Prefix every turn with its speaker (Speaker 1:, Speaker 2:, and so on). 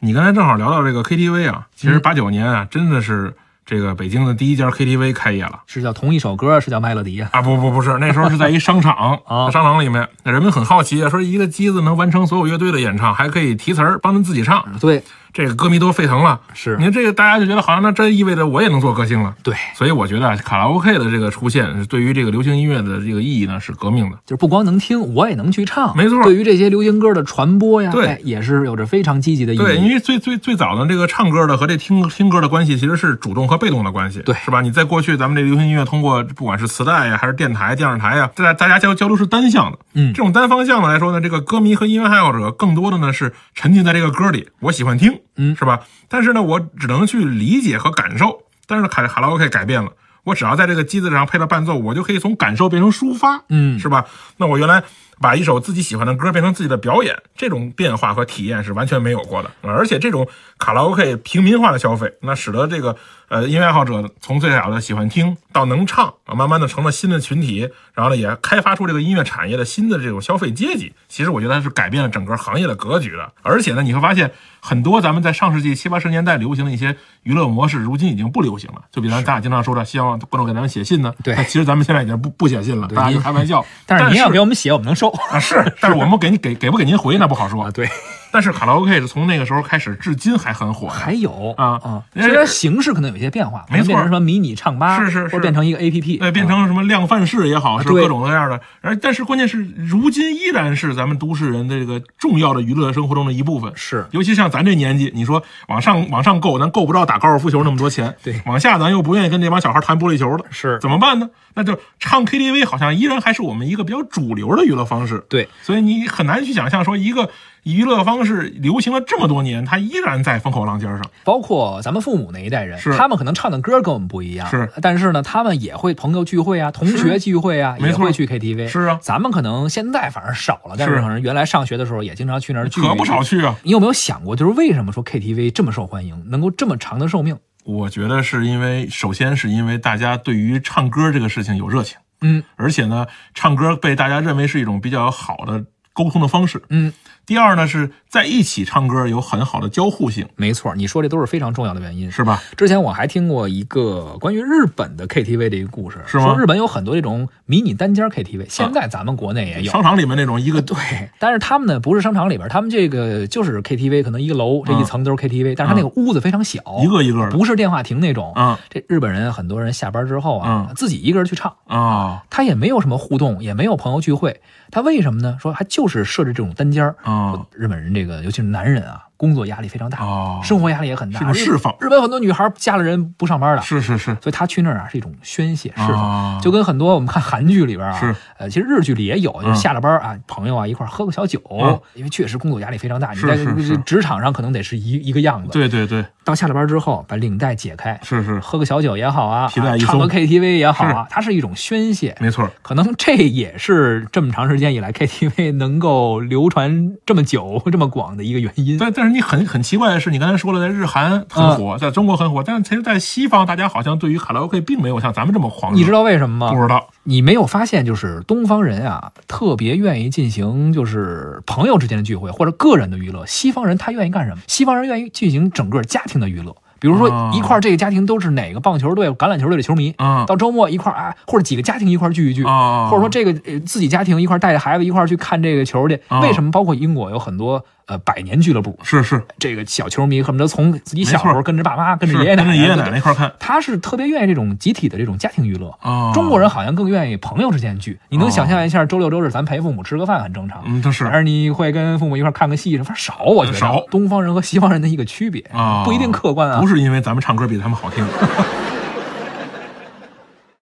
Speaker 1: 你刚才正好聊到这个 KTV 啊，其
Speaker 2: 嗯
Speaker 1: 实八九年啊，真的是这个北京的第一家 KTV 开业了
Speaker 2: 是叫同一首歌，是叫麦乐迪呀？
Speaker 1: 啊！不不不是，那时候是在一商场
Speaker 2: 啊
Speaker 1: 商场里面，那人们很好奇啊，说一个机子能完成所有乐队的演唱，还可以提词儿，帮他们自己唱，
Speaker 2: 对，
Speaker 1: 这个歌迷都沸腾了。
Speaker 2: 嗯是
Speaker 1: 你看这个，大家就觉得好像那这意味着我也能做歌星了。
Speaker 2: 对，
Speaker 1: 所以我觉得啊卡拉 OK 的这个出现，对于这个流行音乐的这个意义呢，是革命的。
Speaker 2: 就是不光能听，我也能去唱。
Speaker 1: 没错
Speaker 2: 对于这些流行歌的传播呀，
Speaker 1: 对
Speaker 2: 哎也是有着非常积极的意义。
Speaker 1: 对，因为最最最早的这个唱歌的和这听听歌的关系，其实是主动和被动的关系，
Speaker 2: 对
Speaker 1: 是吧？你在过去咱们这流行音乐通过不管是磁带呀，还是电台、电视台呀，大家大家交交流是单向的，
Speaker 2: 嗯
Speaker 1: 这种单方向的来说呢，这个歌迷和音乐爱好者更多的呢是沉浸在这个歌里，我喜欢听，
Speaker 2: 嗯
Speaker 1: 是吧？但是呢，我只能去理解和感受，但是卡卡拉 OK 改变了。我只要在这个机子上配了伴奏，我就可以从感受变成抒发，
Speaker 2: 嗯
Speaker 1: 是吧？那我原来把一首自己喜欢的歌变成自己的表演，这种变化和体验是完全没有过的。呃而且这种卡拉 OK 平民化的消费，那使得这个呃音乐爱好者从最早的喜欢听到能唱啊，慢慢的成了新的群体，然后呢也开发出这个音乐产业的新的这种消费阶级。其实我觉得它是改变了整个行业的格局的。而且呢，你会发现很多咱们在上世纪七八十年代流行的一些娱乐模式，如今已经不流行了。就比咱咱俩经常说的，希望观众给咱们写信呢。
Speaker 2: 对
Speaker 1: 那其实咱们现在已经 不不写信了，
Speaker 2: 对
Speaker 1: 大家就
Speaker 2: 因
Speaker 1: 开玩笑。
Speaker 2: 但是您要给我们写，我们 能收
Speaker 1: 啊，是，但是我们给你给给不给您回那不好说
Speaker 2: 啊。。对，
Speaker 1: 但是卡拉 OK 是从那个时候开始，至今还很火呀。
Speaker 2: 还有
Speaker 1: 啊
Speaker 2: 啊，
Speaker 1: 人家
Speaker 2: 虽然形式可能有些变化，
Speaker 1: 没错
Speaker 2: 可能变成什么迷你唱吧，
Speaker 1: 是是是
Speaker 2: 或者变成一个 A P P，啊
Speaker 1: 对，哎变成什么量贩式也好，是
Speaker 2: 对
Speaker 1: 各种各样的。而但是关键是，如今依然是咱们都市人的这个重要的娱乐生活中的一部分。
Speaker 2: 是
Speaker 1: 尤其像咱这年纪，你说往上往上够，咱够不着打高尔夫球那么多钱。
Speaker 2: 对
Speaker 1: 往下咱又不愿意跟这帮小孩谈玻璃球了，
Speaker 2: 是
Speaker 1: 怎么办呢？那就唱 KTV，好像依然还是我们一个比较主流的娱乐方式。
Speaker 2: 对，
Speaker 1: 所以你很难去想象说一个娱乐方式流行了这么多年，它依然在风口浪尖上。
Speaker 2: 包括咱们父母那一代人
Speaker 1: 是，
Speaker 2: 他们可能唱的歌跟我们不一样，
Speaker 1: 是，
Speaker 2: 但是呢，他们也会朋友聚会啊，同学聚会啊，
Speaker 1: 没
Speaker 2: 也
Speaker 1: 错
Speaker 2: 会去 KTV，
Speaker 1: 是啊
Speaker 2: 咱们可能现在反而少了，但
Speaker 1: 是
Speaker 2: 是可能原来上学的时候也经常去那儿聚，
Speaker 1: 可不少。去啊！
Speaker 2: 你有没有想过，就是为什么说 KTV 这么受欢迎，能够这么长的寿命？
Speaker 1: 我觉得是因为，首先是因为大家对于唱歌这个事情有热情，
Speaker 2: 嗯
Speaker 1: 而且呢，唱歌被大家认为是一种比较好的沟通的方式。
Speaker 2: 嗯，
Speaker 1: 第二呢，是在一起唱歌有很好的交互性，
Speaker 2: 没错，你说这都是非常重要的原因。
Speaker 1: 是吧？
Speaker 2: 之前我还听过一个关于日本的 KTV 的一个故事，
Speaker 1: 是吗啊
Speaker 2: 说日本有很多这种迷你单间 KTV，现在咱们国内也有。
Speaker 1: 商场里面那种一个对
Speaker 2: 但是他们呢，不是商场里边，他们这个就是 KTV，可能一个楼这一层都是 KTV，、但是他那个屋子非常小，
Speaker 1: 嗯一个一个的
Speaker 2: 不是电话亭那种。
Speaker 1: 嗯
Speaker 2: 这日本人很多人下班之后啊，自己一个人去唱，
Speaker 1: 啊
Speaker 2: 他也没有什么互动，也没有朋友聚会，他为什么呢？说他就是设置这种单间儿。
Speaker 1: 啊
Speaker 2: 日本人这个，尤其是男人啊，工作压力非常大，
Speaker 1: 哦
Speaker 2: 生活压力也很大，
Speaker 1: 是种释放
Speaker 2: 日本很多女孩嫁了人不上班的，
Speaker 1: 是是是
Speaker 2: 所以他去那儿啊是一种宣泄释放。
Speaker 1: 啊，
Speaker 2: 就跟很多我们看韩剧里边啊，
Speaker 1: 是
Speaker 2: 呃，其实日剧里也有，就是下了班啊，朋友啊一块儿喝个小酒，
Speaker 1: 嗯
Speaker 2: 因为确实工作压力非常大，你
Speaker 1: 是
Speaker 2: 在
Speaker 1: 是是
Speaker 2: 职场上可能得是一一个样子。，
Speaker 1: 对对对，
Speaker 2: 到下了班之后，把领带解开，
Speaker 1: 是是
Speaker 2: 喝个小酒也好啊，
Speaker 1: 皮带
Speaker 2: 啊
Speaker 1: 一
Speaker 2: 唱
Speaker 1: 松
Speaker 2: 个 KTV 也好啊，它是一种宣泄。
Speaker 1: 没错。
Speaker 2: 可能这也是这么长时间以来 KTV 能够流传这么久、这么广的一个原因。
Speaker 1: 但但是你很很奇怪的是，你刚才说了，在日韩很火，在中国很火，但是其实，在西方，大家好像对于卡拉 OK 并没有像咱们这么狂热。
Speaker 2: 你知道为什么吗？
Speaker 1: 嗯不知道？
Speaker 2: 你没有发现，就是东方人啊，特别愿意进行就是朋友之间的聚会或者个人的娱乐。西方人他愿意干什么？西方人愿意进行整个家庭的娱乐，比如
Speaker 1: 哦
Speaker 2: 说一块儿这个家庭都是哪个棒球队、橄榄球队的球迷，
Speaker 1: 嗯
Speaker 2: 到周末一块儿啊，或者几个家庭一块儿聚一聚，
Speaker 1: 哦
Speaker 2: 或者说这个呃自己家庭一块儿带着孩子一块儿去看这个球去
Speaker 1: 哦。
Speaker 2: 为什么？包括英国有很多呃百年俱乐部，
Speaker 1: 是是
Speaker 2: 这个小球迷恨不得从自己小时
Speaker 1: 没错
Speaker 2: 候跟着爸妈、跟
Speaker 1: 是，
Speaker 2: 着爷爷奶
Speaker 1: 跟
Speaker 2: 奶、
Speaker 1: 着爷爷奶奶一块儿看
Speaker 2: 他是特别愿意这种集体的这种家庭娱乐。
Speaker 1: 啊。
Speaker 2: 中国人好像更愿意朋友之间聚。你能想象一下，周六周日咱陪父母吃个饭很正常，
Speaker 1: 哦嗯，他是
Speaker 2: 而你会跟父母一块儿看个戏，反正少，我觉得
Speaker 1: 少
Speaker 2: 东方人和西方人的一个区别
Speaker 1: 啊
Speaker 2: 不一定客观啊
Speaker 1: 不。是因为咱们唱歌比他们好听，